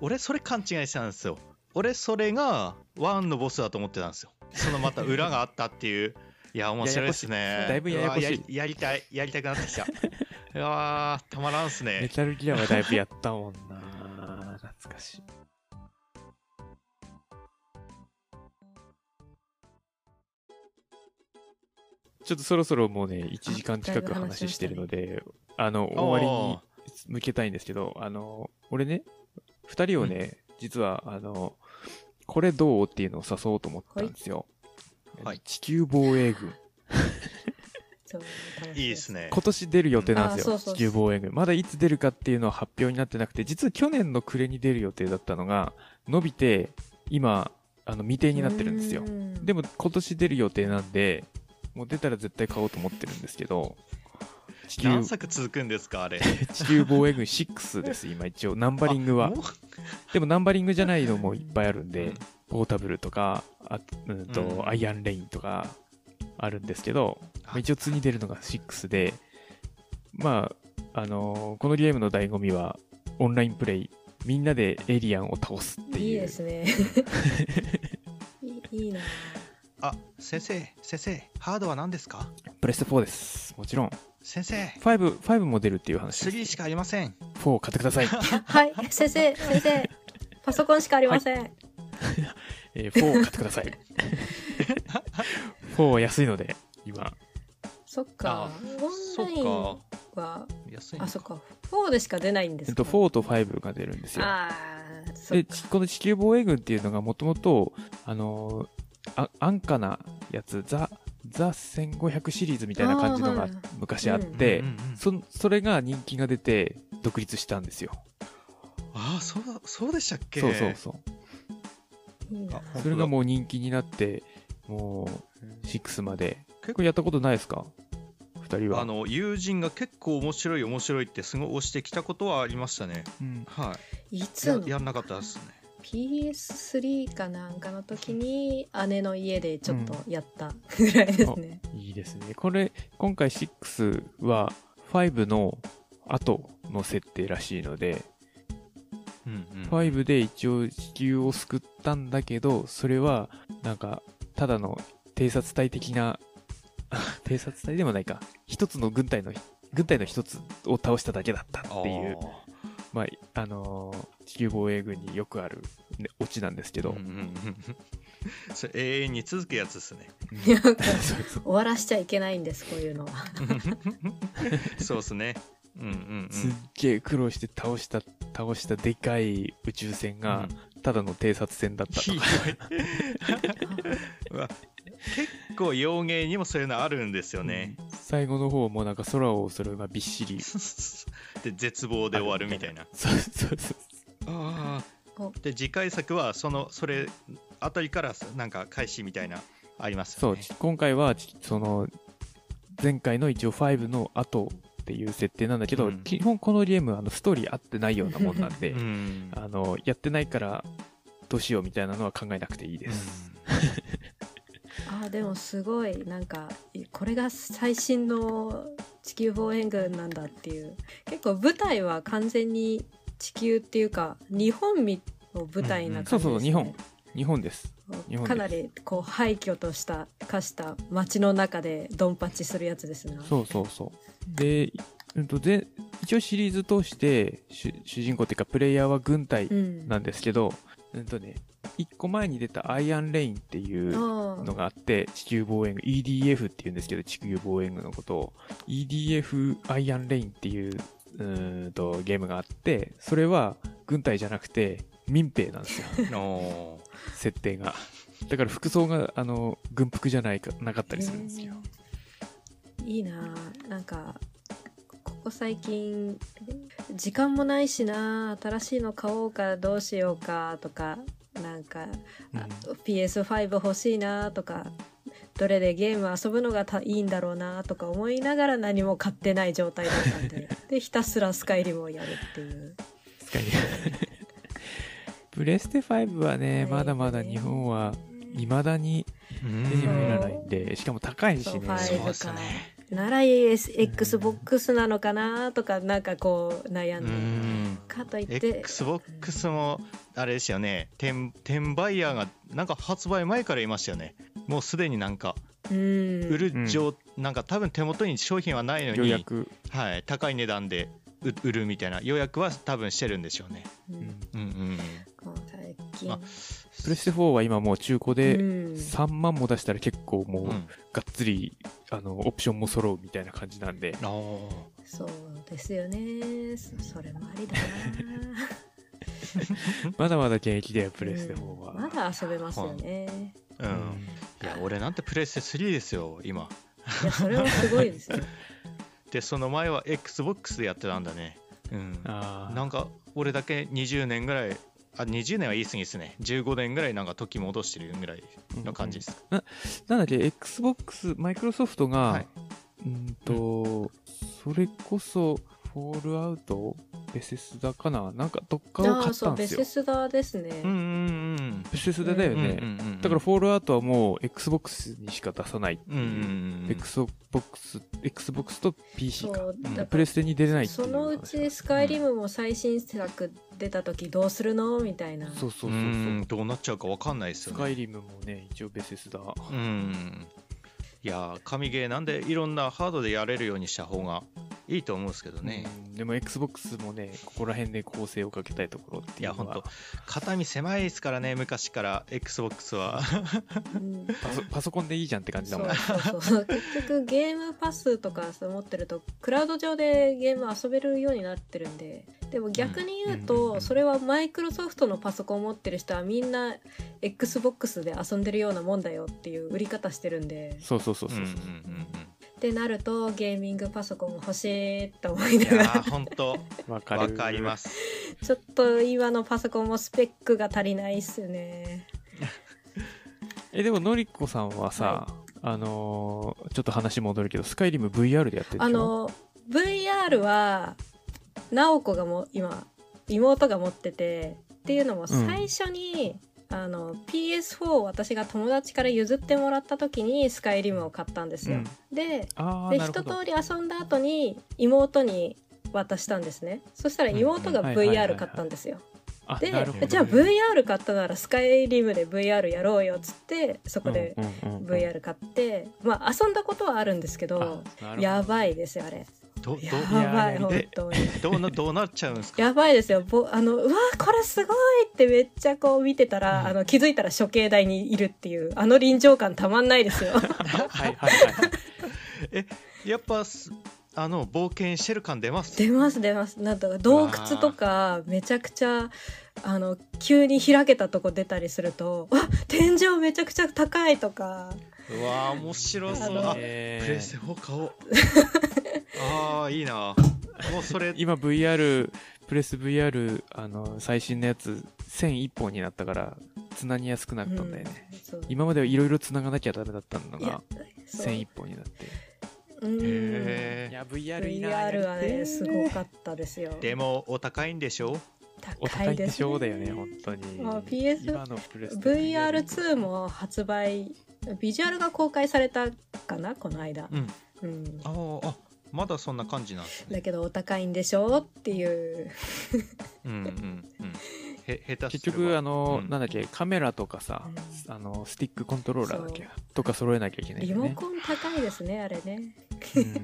B: 俺それ勘違いしたんですよ俺それがワンのボスだと思ってたんですよそのまた裏があったって いういや面白いですね
A: ややこしいだいぶややこしいう
B: わりやりたいやりたくなっ てきたうわーたまらんっす
A: メ
B: ね
A: タルギアはだいぶやったもんな 懐かしい。ちょっとそろそろもうね、1時間近く話してるので、あの、終わりに向けたいんですけど、あの、俺ね、2人をね、実は、あの、これどうっていうのを誘おうと思ったんですよ。
B: はい
A: 地球防衛軍。
C: そう楽し
B: いいです ね
A: 今年出る予定なんですよ、
C: あそうそうそう
A: 地球防衛軍。まだいつ出るかっていうのは発表になってなくて、実は去年の暮れに出る予定だったのが、伸びて、今、あの未定になってるんですよ
C: う。ん
A: でも今年出る予定なんで、もう出たら絶対買おうと思ってるんですけど、地球
B: 何作続くんですか あれ
A: 地球防衛軍6です、今一応、ナンバリングは
B: あ。もう
A: でもナンバリングじゃないのもいっぱいあるんで、ポータブルとか、あうんと
B: うん
A: アイアンレインとかあるんですけど、まあ一応次に出るのが6で、まあ、あのーこのゲームの醍醐味はオンラインプレイ、みんなでエイリアンを倒すって
C: いい
A: いう。
C: で すねいいいいな
B: あ先生先生ハードは何ですか
A: プレステ4です。もちろん。
B: 先生
A: 5、5も出るっていう話です。
B: 3しかありません
A: 4買ってください。
C: はい先生先生パソコンしかありません、
A: えー、4買ってください。4は安いので、今。
C: そっか
B: あ
C: オンラインは
B: 安いの
C: あそっか4でしか出ないんで
A: え
C: す
A: っと、
C: か、
A: 4と5が出るんですよ。
C: ああそっ
A: で、
C: か
A: ちこの地球防衛軍っていうのがもともと、あのーあ、安価なやつ、ザ、ザ1500シリーズみたいな感じの
C: あ
A: が
C: ーはい
A: 昔あって、
B: うんうんうん
A: そそれが人気が出て独立したんですよ。
B: ああそうだそうでしたっけ
A: そうそうそ
C: いいな
B: あ本
A: う。
B: 当
A: それ
B: だ
A: がもう人気になって、もう6まで。結構やったことないですか二人は。
B: あの友人が結構面白い面白いってすごい押してきたことはありましたね
A: うん、
B: はいい
C: つ
B: や
C: の
B: やんなかったですね
C: PS3 かなんかの時に姉の家でちょっとやったぐらいですね、
A: いいですね。これ、今回6は5の後の設定らしいので、
B: うんうん
A: 5で一応地球を救ったんだけどそれはなんかただの偵察隊的な 偵察隊でもないか一つの軍隊の軍隊の一つを倒しただけだったっていうまああのー地球防衛軍によくある、ね、オチなんですけ
B: あー
A: ど、
B: うんうん うんそれ永遠に続くやつですね
C: なんか
A: そうそう
C: 終わらしちゃいけないんですこういう のは
B: そうですねうんうん
A: すっげえ苦労して倒した倒したでかい宇宙船
B: うんう
A: が
B: ん
A: ただの偵察船だったと
B: ひどいうわ結構幼芸にもそういうのあるんですよね、
A: 最後の方もなんか空をそれがびっしり
B: で絶望で終わるみたいな
A: そうそうそう
B: あ
C: お
B: で次回作はそのそれあたりからなんか開始みたいなあります
A: そ
B: よ
A: う
B: ね
A: 今回はちその前回の一応5の後っていう設定なんだけど、
B: うん
A: 基本このゲームあのストーリー合ってないようなもんなんで、
B: ん
A: あのやってないからどうしようみたいなのは考えなくていいです、
C: あーでもすごいなんかこれが最新の地球防衛軍なんだっていう結構舞台は完全に地球っていうか日本みを舞台
A: う
C: な感じです、ね
A: んうんそうそう日本日本です日本です
C: かなりこう廃墟とした化した街の中でドンパチするやつですね
A: そうそうそうで,、うん、とで一応シリーズ通して主主人公っていうかプレイヤーは軍隊
C: うん
A: なんですけど、うんとね、1個前に出たアイアンレインっていう
C: あ
A: のがあって、地球防衛軍、EDF って言うんですけど、地球防衛軍のことを、EDF アイアンレインっていう、うーんと、ゲームがあって、それは軍隊じゃなくて民兵なんですよ、
B: お
A: 設定が。だから服装が、あの、軍服じゃないか、なかったりするんですよ。
C: ーいいなあなんかここ最近時間もないしなあ新しいの買おうかどうしようかとかなんか、あ
A: う
C: PS5 欲しいなあとかどれでゲーム遊ぶのがたいいんだろうなあとか思いながら何も買ってない状態だった んででひたすらスカイリムをやるっていう
A: 使いプレステ5はね、まだまだ日本は、未だに手に入らないんで、しかも高いし
C: そう
A: ね。
C: 5
B: そう
C: か
B: ですね
C: なら ASXBOX なのかなとかなんかこう悩
B: うん
C: で
B: ん
C: かといって、
B: XBOX もあれですよね転転売ヤーがなんか発売前からいましたよねもうすでになんか
C: うん、
B: 売る状、なんか多分手元に商品はないのに
A: 予約、
B: はい、高い値段でう売るみたいな予約は多分してるんでしょうね。
C: う
A: うんん
B: うんうん、
C: こう最近、
B: あ
A: プレステ4は今もう中古で
C: うん、
A: 3万も出したら結構もう
B: うん、
A: がっつりあのオプションも揃うみたいな感じなんで
B: あー
C: そうですよねそそれもありだな
A: まだまだ現役だよ プレステ4は、
C: うんまだ遊べますよね
B: う
A: うん
B: ん、いや俺なんてプレステ3ですよ今
C: いやそれはすごいです よ
B: でその前は XBOX でやってたんだね、うん、
A: あー
B: なんか俺だけ20年ぐらいあ20年は言い過ぎですね15年ぐらいなんか時戻してるぐらいの感じです、
A: なんだっけ XBOX マイクロソフトが、
B: はいう
A: ーんとそれこそフォールアウトベセスダかななんかどっかを
C: あ
A: 買
C: あ
A: っ
C: そ
A: た
C: うん
A: で
C: ベ
A: すよ
C: セスダですね、
B: うんうん
A: ベセスダだよ
B: うん
A: ね、
B: うんうんうん
A: だからフォールアウトはもう XBOX にしか出さない、
B: うんうんうん
A: XBOX, XBOX と PC
C: そ
A: か
C: うだから
A: プレステに出れないってい
C: そう
A: 話
C: のうちスカイリムも最新作出た時どうするのみたいな
A: そうそうそうそうう、
B: んどうなっちゃうかわかんないです
A: ス
B: よね
A: カイリムもね一応ベセスダ、
B: うんいやー神ゲーなんでいろんなハードでやれるようにした方がいいと思うんですけどね、
A: うんでも XBOX もねここら辺で構成をかけたいところって
B: い
A: いう
B: や
A: のは
B: ほんと肩身狭いですからね昔から XBOX は
C: うん
A: パソパソコンでいいじゃんって感じだ
C: そ
A: もん
C: うそうそう結局ゲームパスとかそう持ってるとクラウド上でゲーム遊べるようになってるんででも逆に言う
A: うんう
C: と、
A: んうんうん
C: それはマイクロソフトのパソコン持ってる人はみんな XBOX で遊んでるようなもんだよっていう売り方してるんで
A: そうそうそう
B: うん
A: そううん
B: うん
A: そう
C: ってなるとゲーミングパソコンも欲しいって思
B: う
C: い
B: んい
C: な
B: や
C: がら
B: ーほん と
A: わかる
B: わかりますす
C: ちょっと今のパソコンもスペックが足りないっすね。
A: えでものりこさんはさ、あのーちょっと話戻るけどスカイリム VR でやってるでしょ
C: あの VR は直子がもう今妹が持っててっていうのも最初に、あの PS4 を私が友達から譲ってもらった時にスカイリムを買ったんです
A: う
C: よ。
A: ん
C: で
A: あー
C: で
A: なる
C: 一
A: ほど
C: 通り遊んだ後に妹に渡したんですね。そしたら妹が
A: うんはいはいはいはい
C: VR 買ったんですよ。
A: あ
C: で
A: なるほど
C: じゃあ VR 買ったならスカイリムで VR やろうよっつってそこで
A: うんうんうんうん
C: VR 買って、まあ遊んだことはあるんですけど
A: あなるほど
C: やばいですよあれ
B: どど
C: や
A: や
C: ば
A: や
C: い
A: り
C: 本
A: て
C: 当に
B: どうなどうなっちゃうんですか
C: やばいですよぼあのうわーこれすごいってめっちゃこう見てたら、
A: うん
C: あの気づいたら処刑台にいるっていうあの臨場感たまんないですよ
A: はいはいはい
B: やっぱすあの冒険してる感出ます
C: 出ます出ますなんとか洞窟とかめちゃくちゃあの急に開けたとこ出たりするとわ天井めちゃくちゃ高いとか
B: うわー面白そう
C: あ
B: あ
C: の
B: プ
A: えー
B: レステ4買おうあーいいなもうそれ
A: 今 VR プレス VR あの最新のやつ線一本になったから繋ぎやすくなったんだよね、
C: そう
A: 今まではいろいろ繋がなきゃダメだったの
C: いや
A: が
C: そう
A: 線一本になって
C: うん
B: へー
A: や VR
C: VR はねすごかったですよ
B: でもお高いんでしょ
A: お
C: 高
A: 高
C: い
A: いで
C: で
A: し
C: すね
A: ょうだよね本当に
C: まあ PS
A: 今のプレステ
C: VR2 も発売ビジュアルが公開されたかなこの間、
B: うん
C: うん、
B: あーあまだそんな感じなんですね
C: だけどお高いんでしょうっていう
B: うんうんうんへ下
A: 結
B: 手すれば
A: 局あの、
B: うん
A: なんだっけカメラとかさ、あのスティックコントローラーだっけとか揃えなきゃいけない
C: リ
A: よ
C: モ
A: ね
C: コン高いですねあれね
A: うん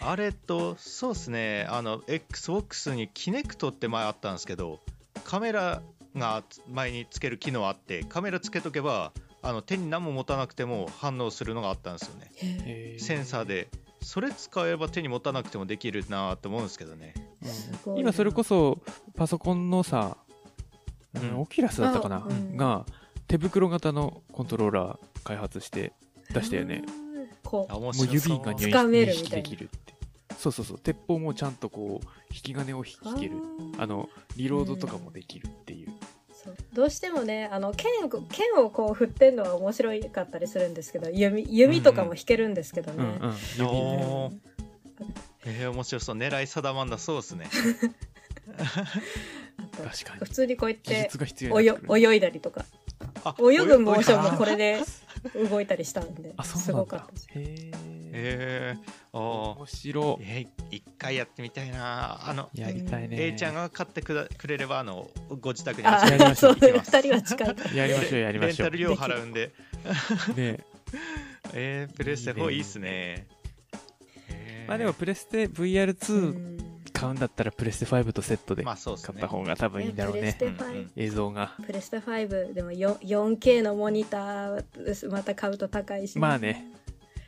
B: あれとそうですねあの XBOX に Kinect って前あったんですけどカメラが前につける機能あってカメラつけとけばあの手に何も持たなくても反応するのがあったんですよね
A: へー
B: センサーでそれ使えば手に持たなくてもできるなと思うんですけどね
A: うん
C: すごいな
A: 今それこそパソコンのさ、
B: うん
A: オキュラスだったかな、
C: あうん
A: が手袋型のコントローラー開発して出したよね
C: こ
B: あ
C: う
B: 面
A: もう
B: 白
A: 指
B: そう
A: が
C: ね
A: 認
C: 掴める
A: 認
C: み
A: 識
C: たい
A: でき
C: な
A: るってそうそうそう鉄砲もちゃんとこう引き金を引ける
C: あー
A: あのリロードとかもできるっていう、
C: そうどうしてもねあの剣剣をこう振ってんのは面白かったりするんですけど弓弓とかも弾けるんですけど
A: う
C: ね
A: ん、うん指
B: 指
A: ね
B: おーえー、面白そう狙い定まんだそうですね
C: あと
A: 確かに
C: 普通にこうやっ
A: 技
C: て
A: 術が必要
C: お
A: にな
C: よ
A: ってくる
C: 泳いだりとか
B: あ
C: 泳ぐモーション
B: 泳
C: も
B: い
C: これで動いたりしたんで
A: あ
C: す
A: そうな
C: ご
A: ん
C: かっ
A: だ
C: たです
A: へえ
B: えー、あー
A: 面白い
B: えー、一回やってみたいなあの
A: やりたいね
B: A ちゃんが買ってくだくれればあのご自宅に
C: あ
A: やりましょ
C: そうう2人は 近いから
A: やりましょうやりましょ
B: レンタ
A: う
B: ル料払うんで、
A: ね
B: えー、プレステ4いいっすね。えー
A: まあでも、プレステ VR2 買うんだったらプレステ5とセットで
B: まあそうっす
A: 買っ
B: ね
A: た。方が多分いいんだろう
C: プレス
A: ね
C: テ5
A: 映像が
C: プレステ5でもよ 4K のモニターまた買うと高いし、
A: まあね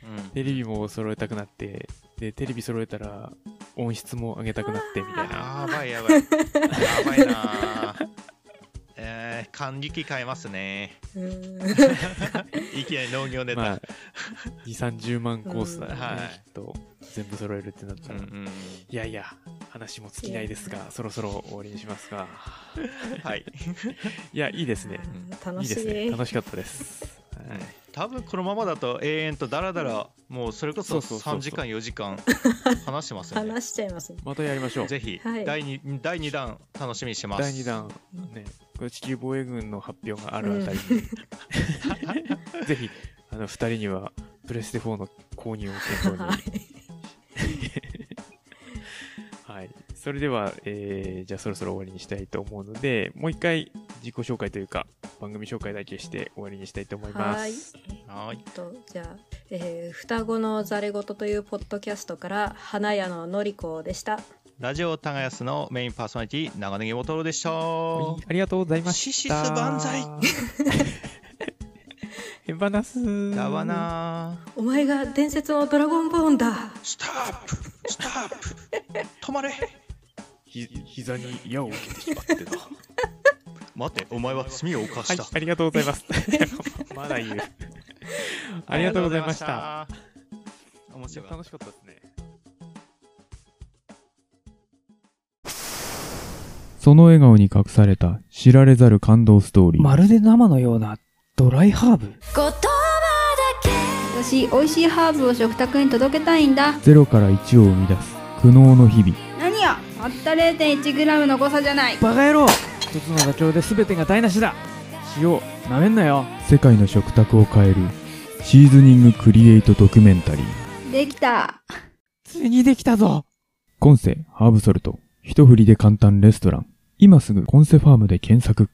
B: うん
A: テレビも揃えたくなってでテレビ揃えたら音質も上げたくなってみたいな
B: やばいやばい。やばいなー。えー、管理機買えますね。
C: うん
B: いきなり農業ネタ。
A: まあ230万コースだよね、
B: うんはい
A: きっと全部揃えるってなった
B: うん
A: ら、
B: う
A: い
B: ん
A: やいや話も尽きないですがそろそろ終わりにしますが
B: うん、はい。
A: いやいいですね
C: あー
A: い
C: 楽
A: い
C: し
A: ですね
C: い
A: 楽しかったです、
B: う
A: は
B: ん
A: い
B: 多分このままだと永遠とダラダラもうそれこそ
A: そうそうそうそう
B: 3時間4時間話してますよね。
C: 話しちゃいますね
A: またやりましょう
B: ぜひ、
C: はい
B: 第2第二弾楽しみにしてます。
A: 第2弾、ね、これ地球防衛軍の発表があるあたりに、 ぜひあの2人にはプレステ4の購入を検討に、
C: はい
A: はい、それでは、えーじゃあそろそろ終わりにしたいと思うのでもう一回自己紹介というか番組紹介だけして終わりにしたいと思いま
C: はい
A: す。
B: はーい。
C: とじゃあ、えー双子のざれ言というポッドキャストから花屋ののりこでした
B: ラジオ耕すのメインパーソナリティ長ネギボトルでした。
A: はいありがとうございました。
B: シシス万歳
A: ヘバナス
B: だわな
C: お前が伝説のドラゴンボーンだ
B: ストップストップ止まれ
A: ひ膝に矢を受けてしまってな。
B: 待てお前は罪を犯
A: は
B: し
A: い
B: た、、
A: ありがとうござい ます。まだ言う。ありがとうございました。
B: ありがとうございました面白かった
A: 楽しかったですね。その笑顔に隠された知られざる感動ストーリー。
D: まるで生のようなドライハーブ
E: 私美味しいハーブを食卓に届けたいんだ
A: ゼロから1を生み出す苦悩の日々。
E: 何よたった 0.1g の誤差じゃない
D: バカ野郎一つの妥協で全てが台無しだ塩なめんなよ
A: 世界の食卓を変えるシーズニングクリエイトドキュメンタリー。
E: できた
D: ついにできたぞ
A: 今世ハーブソルト。一振りで簡単レストラン。今すぐコンセファームで検索